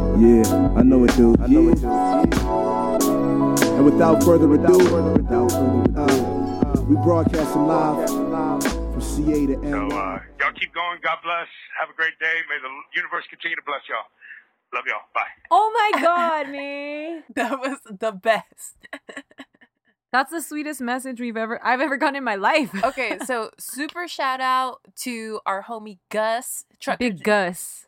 I know it, dude. I know it, dude. And without further ado, uh, we broadcasting live from CA to M. So, uh, y'all keep going. God bless. Have a great day. May the universe continue to bless y'all. Love y'all. Bye. Oh my god, man. That was the best. That's the sweetest message we've ever I've ever gotten in my life. okay, so super shout out to our homie Gus, truck Big Gus.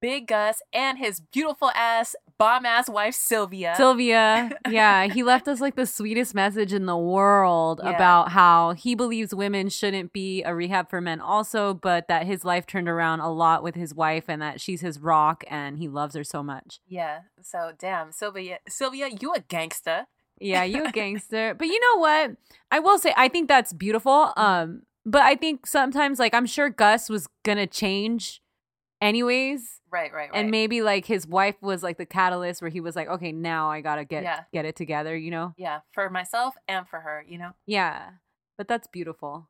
Big Gus, and his beautiful ass bomb ass wife Sylvia. Sylvia. Yeah, he left us like the sweetest message in the world Yeah. about how he believes women shouldn't be a rehab for men also, but that his life turned around a lot with his wife and that she's his rock and he loves her so much. yeah. So damn, Sylvia, Sylvia, you a gangsta. Yeah, you a gangster. but you know what? I will say I think that's beautiful. Um, but I think sometimes like I'm sure Gus was gonna change anyways. Right, right, right. And maybe like his wife was like the catalyst where he was like, Okay, now I gotta get Yeah. get it together, you know? yeah, for myself and for her, you know, Yeah. But that's beautiful.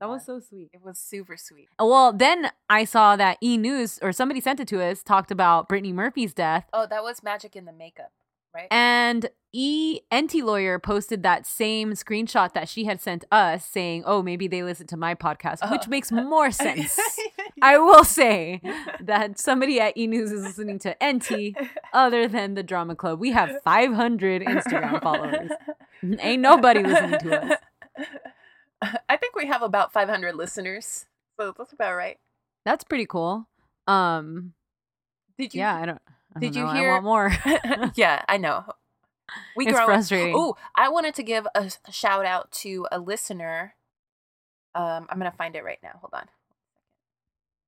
That was Yeah. so sweet. Oh, it was super sweet. Well, then I saw that E News or somebody sent it to us talked about Brittany Murphy's death. Oh, that was magic in the makeup, right? And E NT lawyer posted that same screenshot that she had sent us saying, "Oh, maybe they listen to my podcast," which Oh. makes more sense. I will say that somebody at E News is listening to NT other than the Drama Club. We have 500 Instagram followers. Ain't nobody listening to us. I think we have about 500 listeners, so that's about right. That's pretty cool. Um, Did you? yeah, I don't. I did don't you know. hear- I want more. yeah, I know. We It's grow up- frustrating. Oh, I wanted to give a s- shout out to a listener. Um, I'm gonna find it right now. Hold on.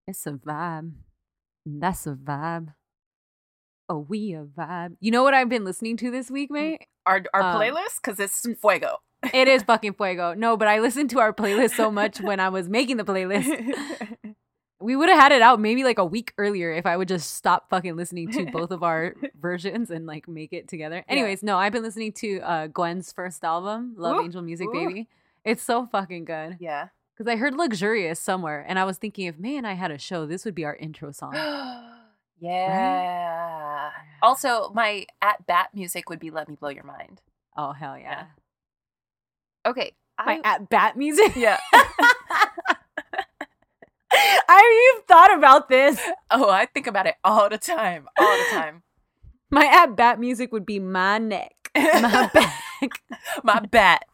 It's a vibe. That's a vibe. Oh, we a vibe. You know what I've been listening to this Mm. week, mate? Our our Um, playlist because it's fuego. It is fucking fuego. No, but I listened to our playlist so much when I was making the playlist. We would have had it out maybe like a week earlier if I would just stop fucking listening to both of our versions and like make it together. Anyways, no, I've been listening to uh, Gwen's first album, Love Ooh, Angel Music ooh. Baby. It's so fucking good. yeah. Because I heard Luxurious somewhere and I was thinking, if man, I had a show, this would be our intro song. yeah. Also, my at bat music would be "Let Me Blow Your Mind." Oh, hell yeah. Yeah. Okay. My I, at bat music. yeah. I you've thought about this. Oh, I think about it all the time. All the time. My at bat music would be my neck, my back, My bat.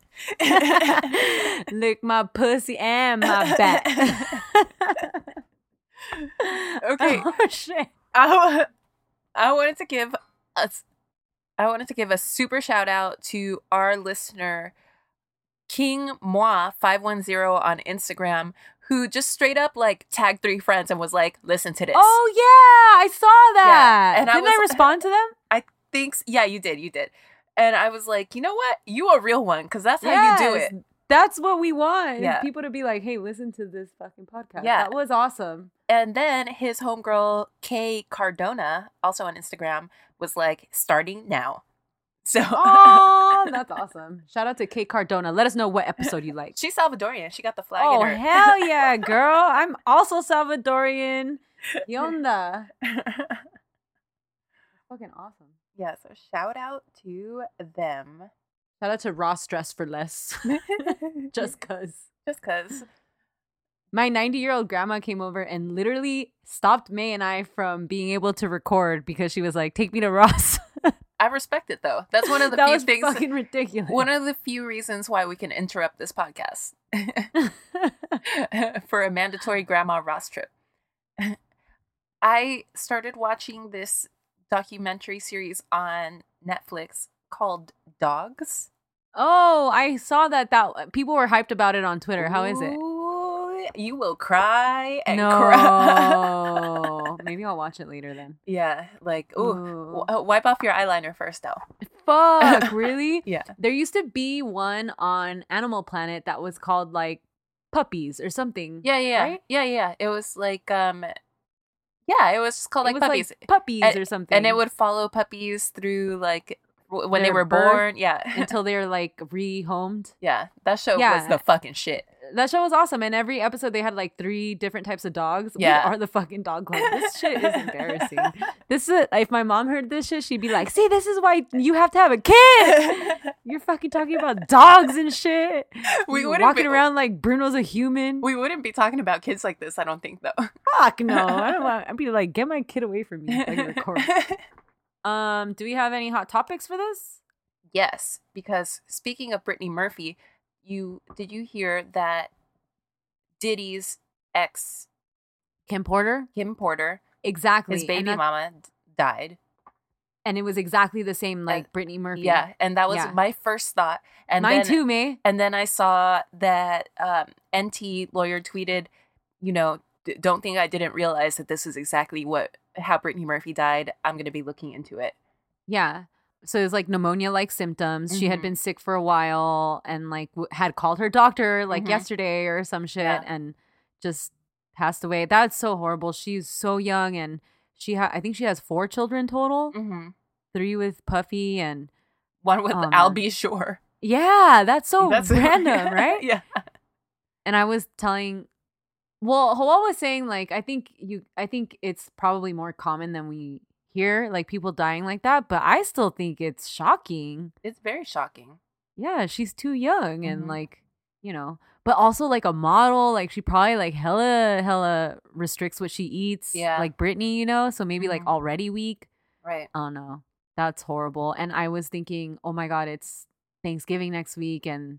lick my pussy and my back. Okay. Oh shit. I, wa- I wanted to give us I wanted to give a super shout out to our listener King Moi 510 on Instagram who just straight up like tagged three friends and was like listen to this. Oh yeah, I saw that. and I Didn't I, was- respond to them? thanks. Yeah, you did. You did. And I was like, "You know what? You a real one cuz that's how you do Yes, it." That's what we want. is Yeah. People to be like, hey, listen to this fucking podcast. Yeah. That was awesome. And then his homegirl Kay Cardona also on Instagram was like starting now. So Oh, that's awesome. Shout out to Kate Cardona. Let us know what episode you like. She's Salvadorian. She got the flag Oh in her. hell yeah, girl! I'm also Salvadorian. Yonda, fucking awesome. yeah, so shout out to them. Shout out to Ross Dress for Less, just cause. just cuz. My 90 year old grandma came over and literally stopped May and I from being able to record because she was like, "Take me to Ross." I respect it though. That's one of the that few was things fucking ridiculous. one of the few reasons why we can interrupt this podcast for a mandatory grandma Ross trip. I started watching this documentary series on Netflix called Dogs. oh, I saw that. That people were hyped about it on Twitter. How is it? Ooh, You will cry and no, cry. maybe I'll watch it later then. yeah, like ooh, Ooh. w- uh, wipe off your eyeliner first though. Fuck, really? Yeah. There used to be one on Animal Planet that was called like puppies or something. Yeah, yeah, yeah. Right? yeah, yeah. It was like um, yeah, it was just called It like was, puppies, puppies And- or something. and it would follow puppies through like w- when they Their were birth born. Yeah, until they're like rehomed. yeah. That show Yeah. was the fucking shit. that show was awesome. And every episode they had like three different types of dogs. Yeah. We are the fucking dog club. This shit is embarrassing. This is if my mom heard this shit, she'd be like, "See, this is why you have to have a kid. You're fucking talking about dogs and shit. we You wouldn't walking be, around like Bruno's a human. We wouldn't be talking about kids like this, I don't think, though. Fuck no. I don't want. I'd be like, get my kid away from me. If I can record. Um, do we have any hot topics for this? yes, because speaking of Brittany Murphy, you did you hear that Diddy's ex Kim Porter, Kim Porter, exactly. his baby and, that- mama, d- died. and it was exactly the same like Brittany Murphy. Yeah, and that was Yeah. my first thought. And mine then, too, May. And then I saw that um, NT lawyer tweeted, you know, "D- don't think I didn't realize that this is exactly what how Brittany Murphy died. I'm going to be looking into it. Yeah. So it was like pneumonia like symptoms. She had Mhm. been sick for a while and like w- had called her doctor like Mhm. yesterday or some shit Yeah. and just passed away. That's so horrible. She's so young and she ha- I think she has four children total. Mm-hmm. Three with Puffy and One with Oh, man. Albie Shore. yeah, that's so random, yeah, right? Yeah. and I was telling well, Hawal was saying like I think you I think it's probably more common than we hear like people dying like that, but I still think it's shocking. It's very shocking. Yeah, she's too young and Mhm. like, you know, but also like a model, like she probably like hella hella restricts what she eats. Yeah. Like Britney, you know, so maybe like Mhm. already weak. Right. Oh no, that's horrible. And I was thinking, oh my God, it's Thanksgiving next week, and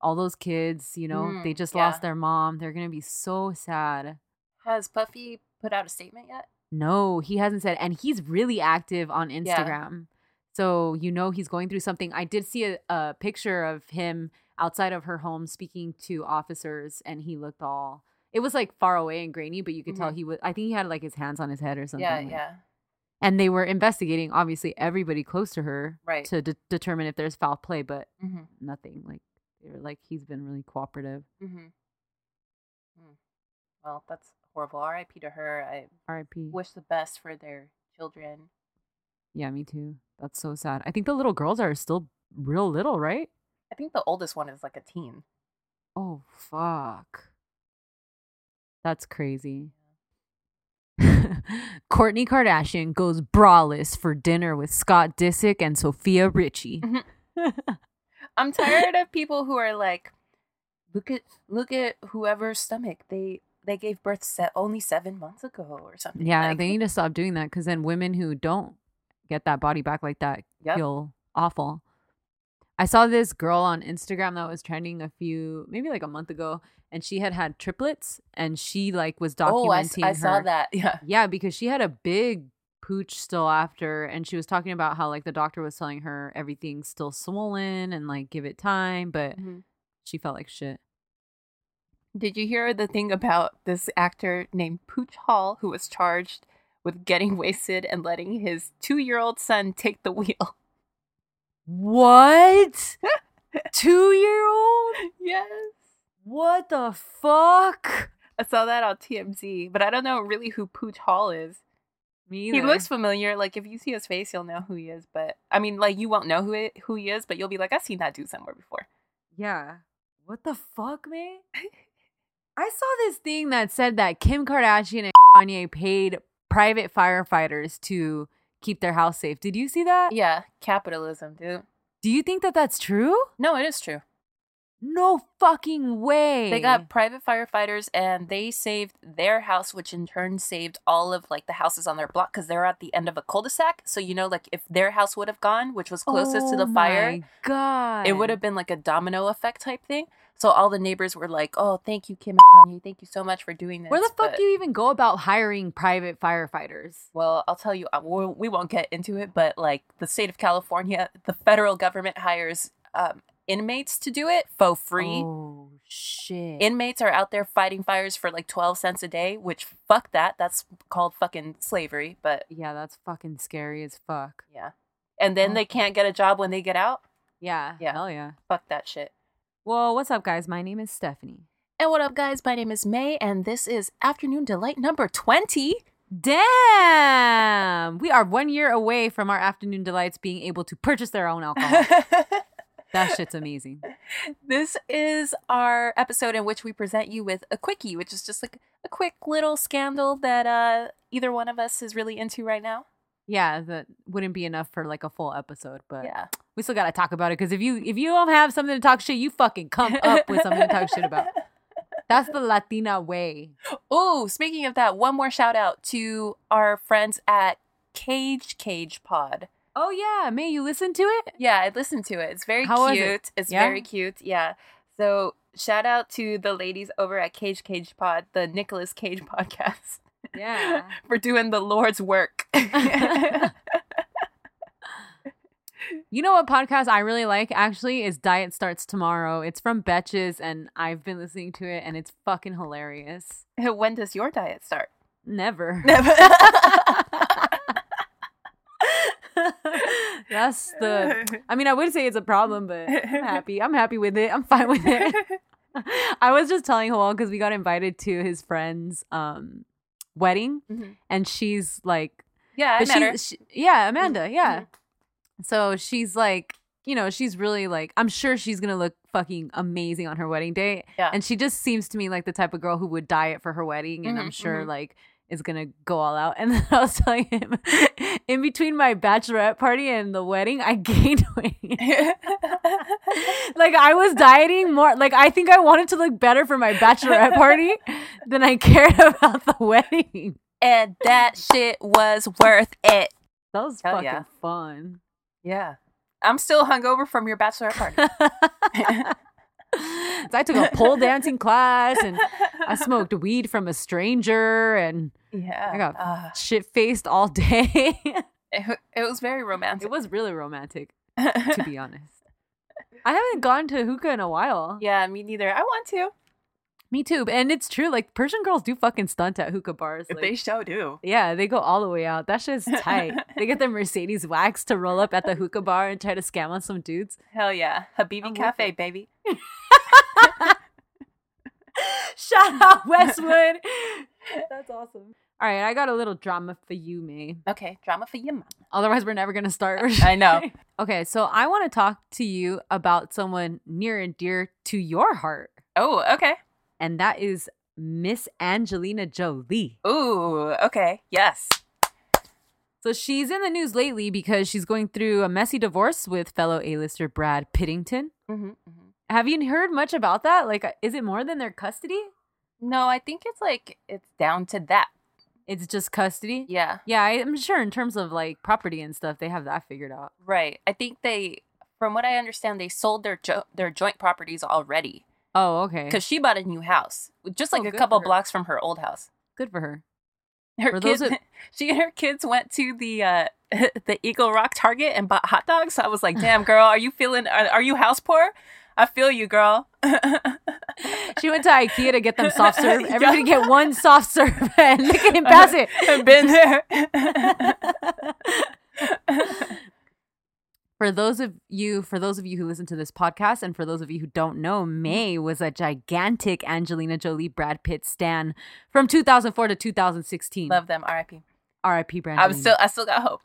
all those kids, you know, they Mm, just yeah. lost their mom. They're gonna be so sad. Has Puffy put out a statement yet? No, he hasn't said, and he's really active on Instagram. So you know he's going through something. I did see a, a picture of him outside of her home speaking to officers, and he looked all. It was like far away and grainy, but you could tell Mhm. he was. I think he had like his hands on his head or something. yeah, like- yeah. and they were investigating obviously everybody close to her Right. to de- determine if there's foul play but Mm-hmm. nothing like they were like he's been really cooperative Mm-hmm. Hmm. Well, that's horrible. R.I.P. to her. I rip wish the best for their children. yeah me too that's so sad i think the little girls are still real little right I think the oldest one is like a teen. oh fuck that's crazy Courtney Kardashian goes braless for dinner with Scott Disick and Sophia Richie. I'm tired of people who are like, look at look at whoever's stomach they they gave birth set only seven months ago or something. Yeah, like, they need to stop doing that because then women who don't get that body back like that Yep. feel awful. I saw this girl on Instagram that was trending a few, maybe like a month ago, and she had had triplets, and she like was documenting. Oh, I, s- I saw her- that. Yeah. Yeah, because she had a big pooch still after, and she was talking about how like the doctor was telling her everything's still swollen and like give it time, but Mm-hmm. she felt like shit. Did you hear the thing about this actor named Pooch Hall who was charged with getting wasted and letting his two-year-old son take the wheel? What? Two year old? yes. What the fuck? I saw that on TMZ, but I don't know really who Pooch Hall is. Me He looks familiar. Like if you see his face, you'll know who he is. But I mean, like you won't know who it, who he is, but you'll be like, I've seen that dude somewhere before. Yeah. What the fuck, man? I saw this thing that said that Kim Kardashian and Kanye paid private firefighters to keep their house safe. Did you see that? Yeah, capitalism, dude. Do you think that that's true? No, it is true. No fucking way. They got private firefighters, and they saved their house, which in turn saved all of like the houses on their block because they're at the end of a cul-de-sac. So you know, like if their house would have gone, which was closest to Oh the fire, my God. it would have been like a domino effect type thing. So all the neighbors were like, "Oh, thank you, Kim and Kanye. Thank you so much for doing this." Where the fuck but- do you even go about hiring private firefighters? Well, I'll tell you, uh, we we won't get into it, but like the state of California, the federal government hires um, inmates to do it for free. Oh shit. Inmates are out there fighting fires for like 12 cents a day, which fuck that. That's called fucking slavery. But yeah, that's fucking scary as fuck. yeah. And then Oh. they can't get a job when they get out. Yeah. Yeah. Hell yeah. Fuck that shit. Well, what's up, guys? My name is Stephanie. And what up, guys? My name is May, and this is Afternoon Delight number 20. Damn! We are one year away from our afternoon delights being able to purchase their own alcohol. That shit's amazing. This is our episode in which we present you with a quickie, which is just like a quick little scandal that uh, either one of us is really into right now. Yeah, that wouldn't be enough for like a full episode, but Yeah. we still gotta talk about it because if you if you don't have something to talk shit, you fucking come up with something to talk shit about. That's the Latina way. Oh, speaking of that, one more shout out to our friends at Cage Cage Pod. Oh yeah, May, you listen to it? Yeah, I listened to it. It's very How was cute. it? It's Yeah? very cute. Yeah. So shout out to the ladies over at Cage Cage Pod, the Nicolas Cage podcast, Yeah. for doing the Lord's work. You know what podcast I really like actually is Diet Starts Tomorrow. It's from Betches and I've been listening to it and it's fucking hilarious. when does your diet start? Never. Never. That's the I mean, I would say it's a problem, but I'm happy. I'm happy with it. I'm fine with it. I was just telling Hawal because we got invited to his friend's um wedding Mhm. and she's like yeah, I but met she- her. Mm-hmm. she- yeah, Amanda, yeah. So she's like, you know, she's really like, I'm sure she's gonna look fucking amazing on her wedding day. Yeah. And she just seems to me like the type of girl who would diet for her wedding, and I'm Mhm, sure mhm. like is gonna go all out. And then I was telling him, in between my bachelorette party and the wedding, I gained weight. like I was dieting more. Like I think I wanted to look better for my bachelorette party than I cared about the wedding. and that shit was worth it. That was Hell fucking yeah. fun. Yeah. I'm still hungover from your bachelorette party. So I took a pole dancing class and I smoked weed from a stranger and Yeah. I got- Ah, shit faced all day. it, it was very romantic. it was really romantic, to be honest. I haven't gone to hookah in a while. yeah, me neither. I want to. Me too. And it's true. Like Persian girls do fucking stunt at hookah bars. Like, they show do. yeah, they go all the way out. That shit's tight. they get their Mercedes wax to roll up at the hookah bar and try to scam on some dudes. Hell yeah. Habibi I'm with Cafe, it. baby. Shout out Westwood. That's awesome. All right, I got a little drama for you, May. Okay, drama for you, man. Otherwise, we're never going to start. I know. okay, so I want to talk to you about someone near and dear to your heart, Oh, okay. and that is Miss Angelina Jolie. Ooh, okay. Yes. So she's in the news lately because she's going through a messy divorce with fellow A-lister Brad Pittington. Mm-hmm, Have you heard much about that? Like, uh, is it more than their custody? No, I think it's like it's down to that. It's just custody? Yeah. Yeah, I- I'm sure in terms of like property and stuff, they have that figured out. Right. I think they from what I understand they sold their jo- their joint properties already Oh, okay. cuz she bought a new house, just like Oh, a good couple for her. blocks from her old house. Good for her. Her For kids, those who- she and her kids went to the uh, the Eagle Rock Target and bought hot dogs. I was like, "Damn, girl, are you feeling? Are, are you house poor? I feel you, girl." She went to IKEA to get them soft serve. Yeah. Everybody get one soft serve and they can pass it. Been there. For those of you, for those of you who listen to this podcast, and for those of you who don't know, Mm-hmm. May was a gigantic Angelina Jolie Brad Pitt stan from 2004 to 2016. Love them, R.I.P. R.I.P. Brad. I'm still, I still got hope.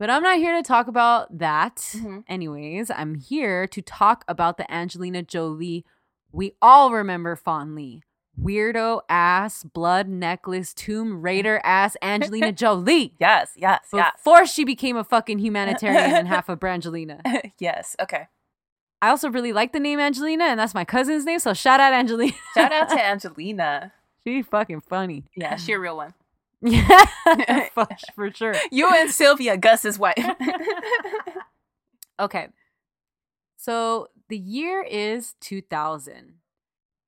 But I'm not here to talk about that. Mhm. Anyways, I'm here to talk about the Angelina Jolie we all remember fondly. Weirdo ass, blood necklace, tomb raider ass Angelina Jolie. Yes, yes, yes, Before she became a fucking humanitarian and half a Brangelina. yes. Okay. I also really like the name Angelina, and that's my cousin's name. So shout out Angelina. Shout out to Angelina. She fucking funny. Yeah, she a real one. Yeah, for, for sure. You and Sylvia, Gus's wife. Okay. So the year is 2000,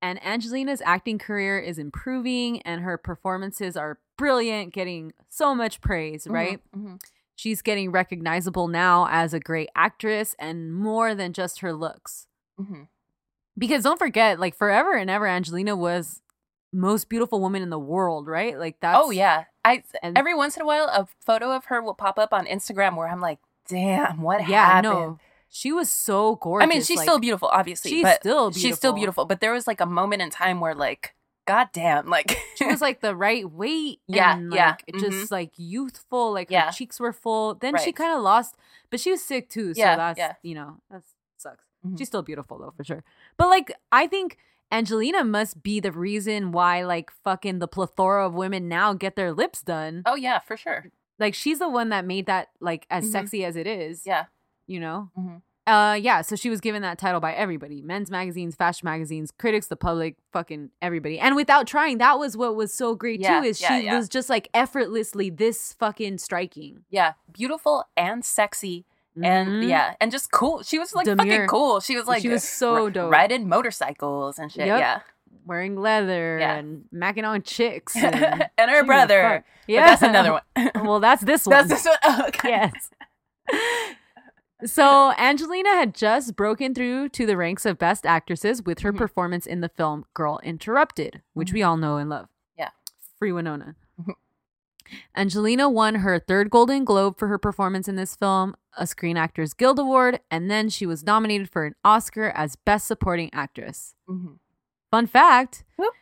and Angelina's acting career is improving, and her performances are brilliant, getting so much praise, right? Mhm, She's getting recognizable now as a great actress and more than just her looks. Mm-hmm. mhm, Because don't forget, like forever and ever, Angelina was most beautiful woman in the world, right? Like that's Mm-hmm. Oh yeah, I and- every once in a while a photo of her will pop up on Instagram where I'm like, damn, what yeah, happened? no, she was so gorgeous. I mean, she's like, still beautiful, obviously. She's but still She's still beautiful. beautiful. But there was like a moment in time where like, goddamn, like She was like the right weight. Yeah, and, yeah, Mm-hmm. like, Just like youthful. Like Yeah. her cheeks were full. Then she Right. kind of lost, but she was sick too. So Yeah, that's yeah. you know that sucks. Mhm. She's still beautiful though for sure. But like I think Angelina must be the reason why like fucking the plethora of women now get their lips done. oh yeah, for sure. Like she's the one that made that like as Mhm. sexy as it is. Yeah. You know. Mhm. Uh yeah, so she was given that title by everybody. Men's magazines, fashion magazines, critics, the public, fucking everybody. And without trying, that was what was so great Yeah, too, is yeah, she yeah. was just like effortlessly this fucking striking. Yeah, beautiful and sexy and Mhm. yeah, and just cool. She was like fucking Demure. cool. She was like She was so ri- dope. riding motorcycles and shit. Yep. Yeah, wearing leather Yeah. and macking on chicks. and, And her She was a brother. fuck. But that's another one. well, that's this one. that's this one. Oh, okay. yes. So Angelina had just broken through to the ranks of best actresses with her Mhm. performance in the film Girl Interrupted, which we all know and love. Mm-hmm. Yeah. Free Winona. Mhm. Angelina won her third Golden Globe for her performance in this film, a Screen Actors Guild Award, and then she was nominated for an Oscar as Best Supporting Actress. Mhm. Fun fact Whoop.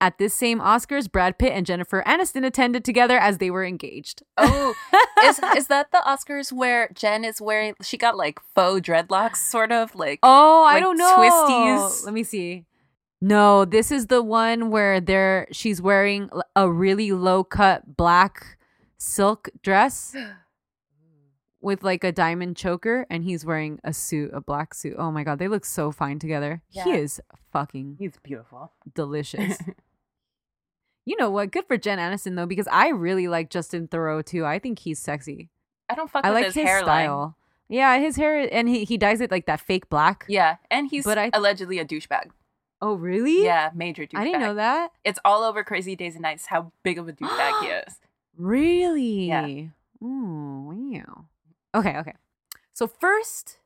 at this same Oscars, Brad Pitt and Jennifer Aniston attended together as they were engaged. Oh, is is that the Oscars where Jen is wearing? She got like faux dreadlocks, sort of like. Oh, I Like don't know. twisties? Let me see. No, this is the one where they're she's wearing l- a really low cut black silk dress Mm. with like a diamond choker and he's wearing a suit, a black suit. Oh my god, they look so fine together. He Yeah. is fucking he's beautiful. delicious. you know what? Good for Jen Aniston though because I really like Justin Thoreau too. I think he's sexy. I don't fuck I with like his, his, hairline. style. Yeah, his hair and he he dyes it like that fake black. Yeah, and he's But I- allegedly a douchebag. Oh, really? Yeah, major douchebag. I didn't know that. It's all over Crazy Days and Nights how big of a douchebag he is. Really? Ooh, wow. Okay, okay. So first,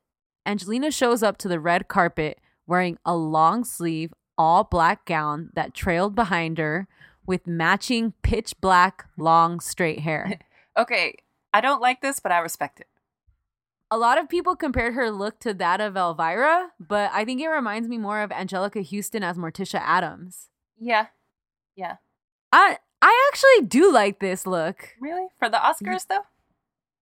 Angelina shows up to the red carpet wearing a long sleeve, all black gown that trailed behind her with matching pitch black, long, straight hair. Okay, I don't like this, but I respect it. a lot of people compared her look to that of Elvira, but I think it reminds me more of Angelica Houston as Morticia Adams. Yeah, I I actually do like this look. really? For the Oscars though,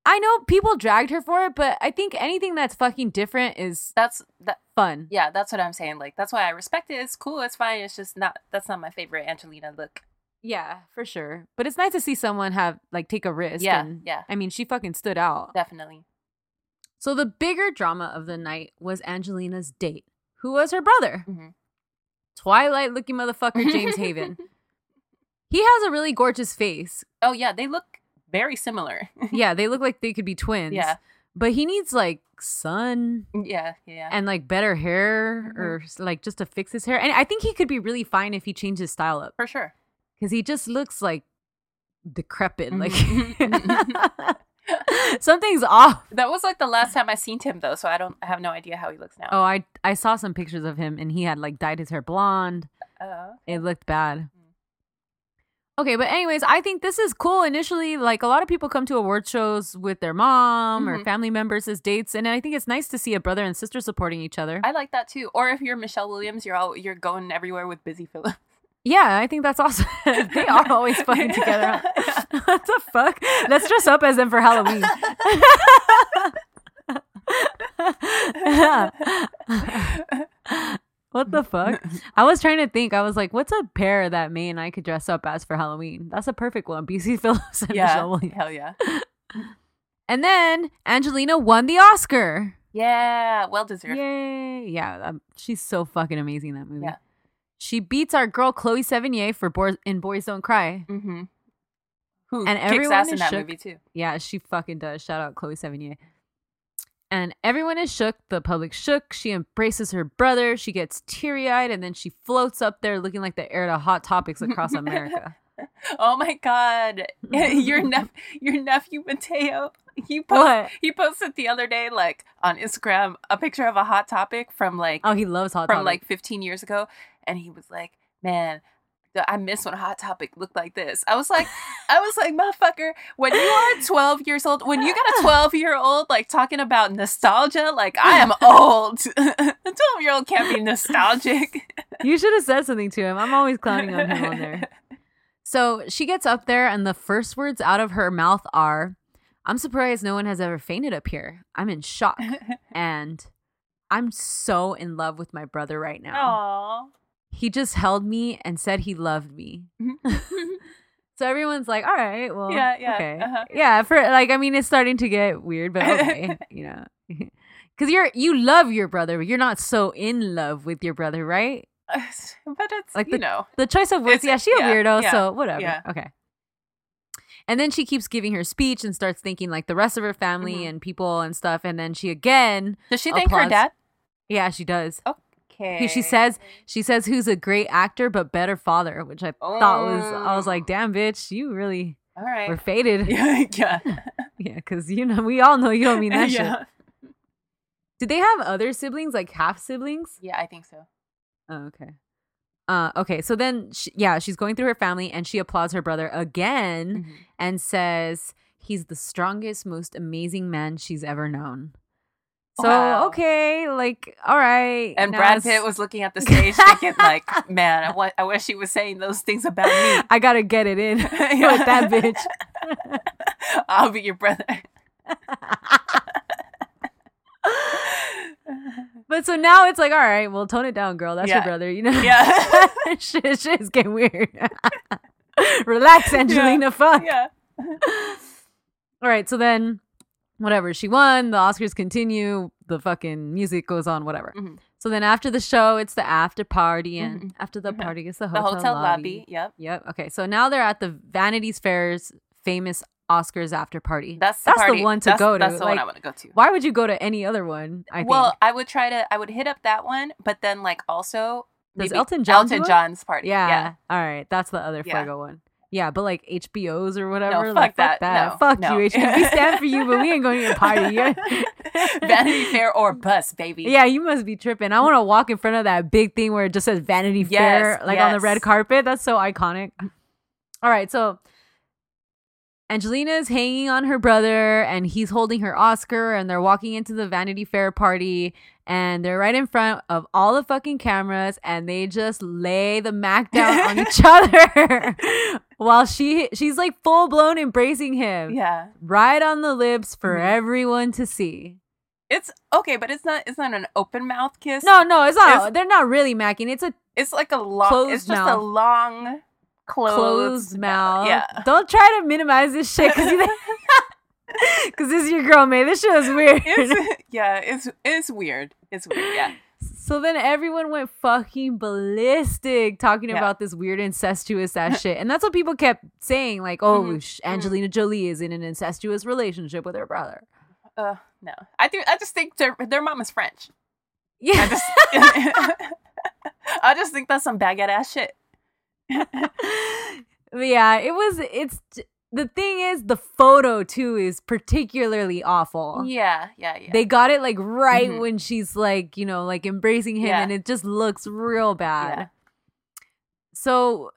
I know people dragged her for it, but I think anything that's fucking different is that's that. fun. Yeah, that's what I'm saying. Like that's why I respect it. It's cool. It's fine. It's just not. That's not my favorite Angelina look. Yeah, for sure. But it's nice to see someone have like take a risk. Yeah, and, yeah. I mean, she fucking stood out. Definitely. So the bigger drama of the night was Angelina's date, who was her brother, Mhm. Twilight looking motherfucker James Haven. He has a really gorgeous face. Oh yeah, they look very similar. Yeah, they look like they could be twins. Yeah. But he needs like sun yeah, yeah. Mm-hmm. and like better hair or like just to fix his hair. And I think he could be really fine if he changed his style up. for sure. because he just looks like decrepit. Mhm. Like something's off. That was like the last time I seen him though, so I don't I have no idea how he looks now. Oh, I I saw some pictures of him, and he had like dyed his hair blonde. Oh. It looked bad. Okay, but anyways, I think this is cool. Initially, like a lot of people come to award shows with their mom or Mhm. family members as dates, and I think it's nice to see a brother and sister supporting each other. I like that too. Or if you're Michelle Williams, you're all you're going everywhere with Busy Phillips. yeah, I think that's awesome. they are always fucking together. what the fuck? Let's dress up as them for Halloween. what the fuck? I was trying to think. I was like, what's a pair that May and I could dress up as for Halloween? That's a perfect one. BC Phillips and yeah. Michelle Williams. Hell yeah. And then Angelina won the Oscar. Yeah. Well deserved. Yay. Yeah. um, she's so fucking amazing in that movie. Yeah. She beats our girl Chloe Sevigny for Boys, in Boys Don't Cry. Mm-hmm. Who And kicks everyone ass in is that shook. movie too. Yeah, she fucking does. Shout out Chloe Sevigny. And everyone is shook. The public shook. She embraces her brother. She gets teary eyed, and then she floats up there looking like the heir to Hot Topics across America. Oh my god. your nep- your nephew Mateo. He post- What? he posted the other day like on Instagram a picture of a hot topic from like Oh, he loves Hot from Topics. like 15 years ago and he was like, "Man, the, I miss when Hot Topic looked like this. I was like, I was like, motherfucker, when you are 12 years old, when you got a 12 year old like talking about nostalgia, like I am old. a 12 year old can't be nostalgic. You should have said something to him. I'm always clowning on him on there. So she gets up there, and the first words out of her mouth are, I'm surprised no one has ever fainted up here. I'm in shock. and I'm so in love with my brother right now. Aww. He just held me and said he loved me. So everyone's like, all right, well, Mm-hmm. Yeah, yeah, okay. uh-huh. Yeah, for like, I mean, it's starting to get weird, but okay, you know. Because you're, you love your brother, but you're not so in love with your brother, right? but it's Like you the- know. The choice of words, It's- yeah, she a yeah, weirdo, yeah, so whatever. yeah. Okay. And then she keeps giving her speech and starts thinking like the rest of her family Mhm. and people and stuff. And then she again, Does she thank her Applause. dad? yeah, she does. Okay. Who She says she says who's a great actor but better father, which I thought was I was like, Oh. damn bitch, you really All right. were faded. Yeah, yeah, yeah. 'cause you know we all know you don't mean that yeah. shit. Did they have other siblings, like half siblings? Yeah, I think so. Oh, okay. Uh, okay, so then, she, yeah, she's going through her family and she applauds her brother again. Mm-hmm. and says he's the strongest, most amazing man she's ever known. So Wow. okay, like all right. And now Brad it's- Pitt was looking at the stage thinking, like, man, I, wa- I wish he was saying those things about me. I gotta get it in with that bitch. I'll be your brother. But so now it's like, all right, well, tone it down, girl. That's Yeah. your brother, you know. Yeah. shit, shit is getting weird. Relax, Angelina. Fuck. yeah. All right, so then whatever, she won, the Oscars continue, the fucking music goes on, whatever. Mhm. So then after the show, it's the after party and after the Mhm. party is the The hotel, hotel lobby. lobby. Yep. Yep. Okay. So now they're at the Vanities Fair's famous Oscars after party. That's the that's party. the one to that's, go to. That's the one Like, I want to go to. Why would you go to any other one? I think. well, I would try to, I would hit up that one, but then, like, also. Does maybe Elton John do Elton it? John's party. yeah. All right. That's the other Yeah. Fuego one. Yeah, but like HBOs or whatever. fuck like, that. No, Fuck no. you, HBO. We stand for you, but we ain't going to your party. Yeah. Vanity Fair or bus, baby. Yeah, you must be tripping. I want to walk in front of that big thing where it just says Vanity Fair, Yes, like on the red yes. carpet. That's so iconic. All right, so Angelina is hanging on her brother, and he's holding her Oscar, and they're walking into the Vanity Fair party, and they're right in front of all the fucking cameras, and they just lay the mac down on each other. While she she's like full blown embracing him, Yeah. right on the lips for Mhm. everyone to see. It's okay, but it's not, it's not an open mouth kiss. No, no, it's not. It's- they're not really macking. It's a It's like a long. Closed it's just mouth. a long closed, closed mouth. Yeah. Don't try to minimize this shit because this is your girl, man. This shit is weird. It's, yeah, it's it's weird. It's weird. Yeah. so then everyone went fucking ballistic talking Yeah. about this weird incestuous ass shit. And that's what people kept saying like, oh, Mhm. sh- Angelina Jolie is in an incestuous relationship with her brother. Uh, no, I think I just think their their mom is French. I Yeah. just I just think that's some baguette ass shit. But yeah, it was, it's, the thing is, the photo too is particularly awful. Yeah, yeah, yeah. They got it like right Mhm. when she's like, you know, like embracing him Yeah. and it just looks real bad. Yeah. So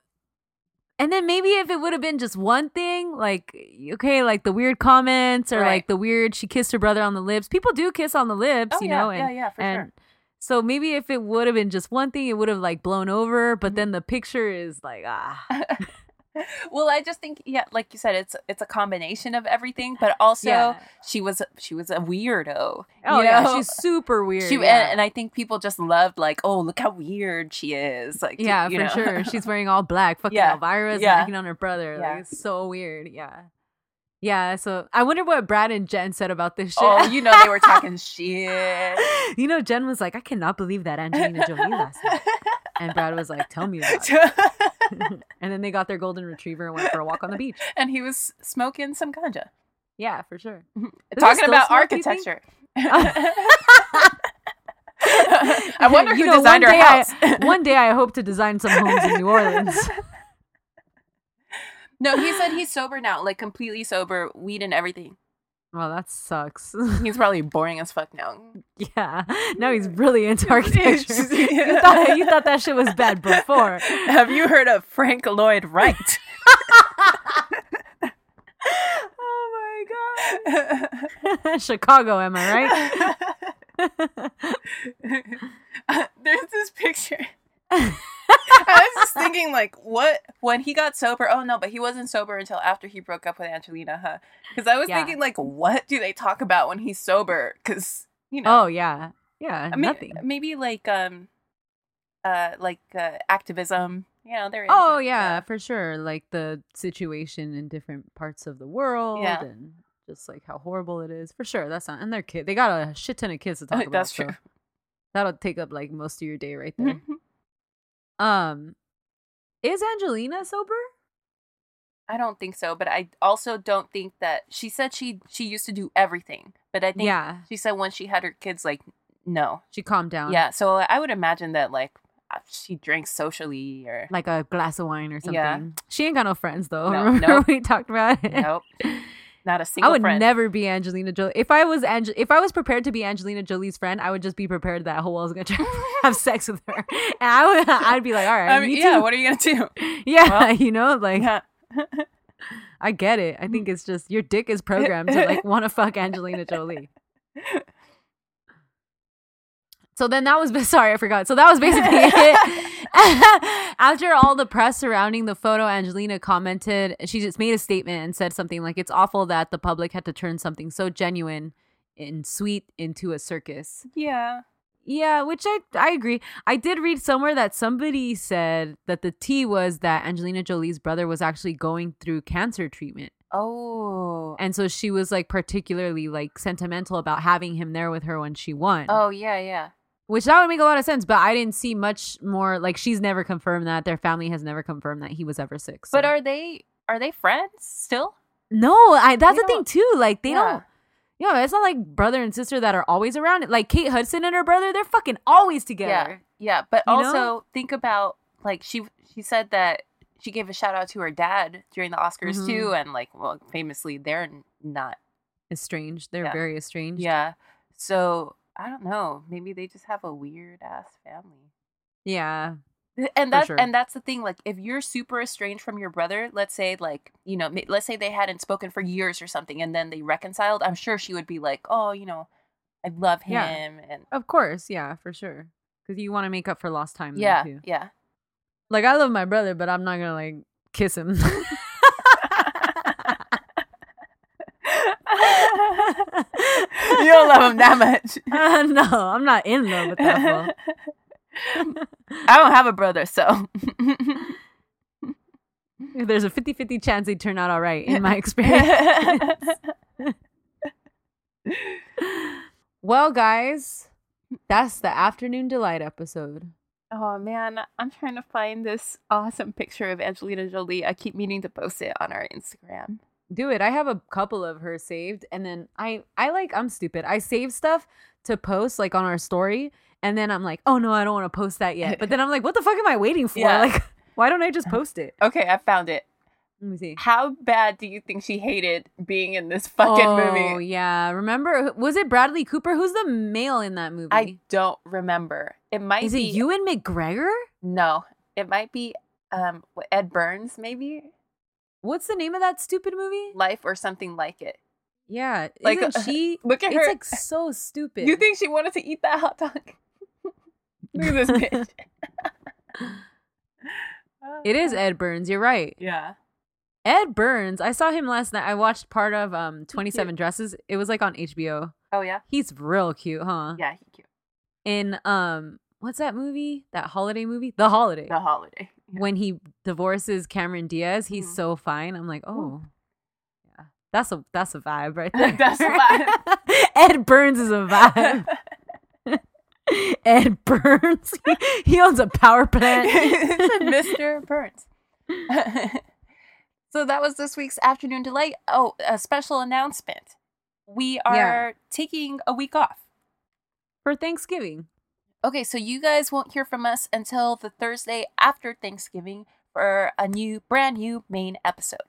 and then maybe if it would have been just one thing, like okay, like the weird comments or Right. like the weird she kissed her brother on the lips. People do kiss on the lips, oh you yeah, know, and yeah, yeah, for and sure. so maybe if it would have been just one thing, it would have like blown over, but Mhm. then the picture is like ah. Well, I just think yeah, like you said, it's it's a combination of everything, but also Yeah. she was she was a weirdo. Oh you yeah, know? she's super weird. She, yeah. and, and I think people just loved like, oh, look how weird she is. Like, Yeah, you for know? sure. She's wearing all black. Fucking Yeah, Elvira's yeah. macking on her brother. Yeah. Like, it's so weird. Yeah. Yeah. So I wonder what Brad and Jen said about this shit. Oh, you know they were talking shit. you know, Jen was like, I cannot believe that Angelina Jolie last night. And Brad was like, tell me about it. And then they got their golden retriever and went for a walk on the beach. and he was smoking some ganja. Yeah, for sure. it Talking still about smoke, you think? architecture. I wonder who You know, designed one our day house. I, one day I hope to design some homes in New Orleans. no, he said he's sober now, like completely sober, weed and everything. Well, that sucks. He's probably boring as fuck now. yeah. Now he's really into architecture. you, Yeah. thought, you thought that shit was bad before. Have you heard of Frank Lloyd Wright? oh Chicago, am I right? There's this picture. I was just thinking, like, what when he got sober? Oh no, but he wasn't sober until after he broke up with Angelina, huh? Because I was Yeah. thinking, like, what do they talk about when he's sober? Because you know, Oh yeah. Yeah. I mean, nothing. maybe like, um, uh, like uh, activism. You know, there is. Oh like, yeah, uh, for sure. Like the situation in different parts of the world Yeah. and just like how horrible it is. For sure. That's not and their kid they got a shit ton of kids to talk about. That's so true. Mm-hmm. that'll take up like most of your day right there. um is Angelina sober? I don't think so, but I also don't think that she said she she used to do everything, but I think Yeah. she said when she had her kids, like no, She calmed down. yeah. So I would imagine that like uh, she drinks socially or Like a glass of wine or something. Yeah. She ain't got no friends though. No, Remember nope. we talked about it? nope, not a I single would friend. never be Angelina Jolie. If I was Ange- if I was prepared to be Angelina Jolie's friend, I would just be prepared that Howell was gonna try have sex with her, and I would I'd be like, all right, I mean, me yeah. too. What are you gonna do? yeah, well, you know, like Yeah. I get it. I think it's just your dick is programmed to like want to fuck Angelina Jolie. So then that was sorry, I forgot. So that was basically it. After all the press surrounding the photo, Angelina commented, she just made a statement and said something like, It's awful that the public had to turn something so genuine and sweet into a circus. Yeah. Yeah, which I I agree. I did read somewhere that somebody said that the tea was that Angelina Jolie's brother was actually going through cancer treatment. Oh. And so she was like particularly like sentimental about having him there with her when she won. Oh yeah, yeah. Which that would make a lot of sense, but I didn't see much more like she's never confirmed that their family has never confirmed that he was ever sick. so- But are they are they friends still? No, I that's They the thing don't- too. Like they Yeah. don't Yeah, it's not like brother and sister that are always around. Like Kate Hudson and her brother, they're fucking always Yeah, together. yeah. But You know? also think about like she she said that she gave a shout out to her dad during the Oscars Mhm. too, and like well, famously they're n- not. Estranged. They're Yeah. very estranged. Yeah. So I don't know. Maybe they just have a weird ass family. Yeah. And that's sure. and that's the thing. Like, if you're super estranged from your brother, let's say like you know, ma- let's say they hadn't spoken for years or something, and then they reconciled. I'm sure she would be like, oh, you know, I love him, Yeah. and Of course, yeah, for sure. Because you want to make up for lost time. there, yeah, too. yeah. Like I love my brother, but I'm not gonna like kiss him. you don't love him that much. Uh, no, I'm not in love with that fool. I don't have a brother, so There's a 50-50 chance they turn out all right in my experience. yeah, well, guys, that's the afternoon delight episode. Oh man, I'm trying to find this awesome picture of Angelina Jolie. I keep meaning to post it on our Instagram. do it. I have a couple of her saved, and then I I like I'm stupid. I save stuff to post like on our story, and then I'm like, oh no, I don't want to post that yet. But then I'm like, what the fuck am I waiting for? Yeah. Like, why don't I just post it? Okay, I found it. Let me see. How bad do you think she hated being in this fucking oh, movie? yeah. Remember, was it Bradley Cooper? Who's the male in that movie? I don't remember. It might Is it be Ewan McGregor? No, it might be um Ed Burns maybe What's the name of that stupid movie? life or something like it. Yeah, Like, isn't she? Look at It's her. like so stupid. you think she wanted to eat that hot dog? Look at this bitch. it is Ed Burns? You're right. Yeah. Ed Burns, I saw him last night. I watched part of um 27 Dresses. It was like on HBO. Oh yeah. He's real cute, huh? Yeah, he cute. In um what's that movie? That holiday movie? The Holiday. The holiday. Yeah. When he divorces Cameron Diaz, he's Mhm. so fine. I'm like, "Oh. Ooh. Yeah. That's a that's a vibe right there. That's a vibe. Ed Burns is a vibe. Ed Burns. he owns a power plant. Mr. Burns. so that was this week's afternoon delight. Oh, a special announcement. We are taking a week off. For Thanksgiving. Okay, so you guys won't hear from us until the Thursday after Thanksgiving for a new, brand new main episode.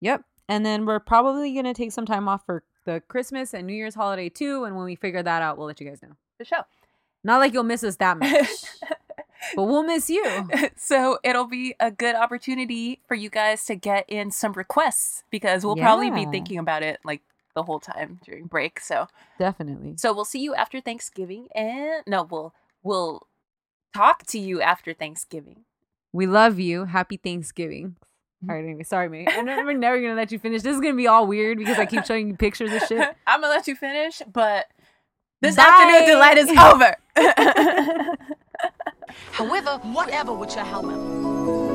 Yep. And then we're probably going to take some time off for the Christmas and New Year's holiday too. And when we figure that out, we'll let you guys know. The show. Not like you'll miss us that much, but we'll miss you. so it'll be a good opportunity for you guys to get in some requests because we'll probably be Yeah. thinking about it like the whole time during break. So Definitely. so we'll see you after Thanksgiving and no, we'll we'll talk to you after Thanksgiving. We love you. Happy Thanksgiving. All right, anyway, sorry, mate. I'm never, never gonna let you finish. This is gonna be all weird because I keep showing you pictures of shit. I'm gonna let you finish, but this Bye. afternoon delight is over. However, whatever with your however.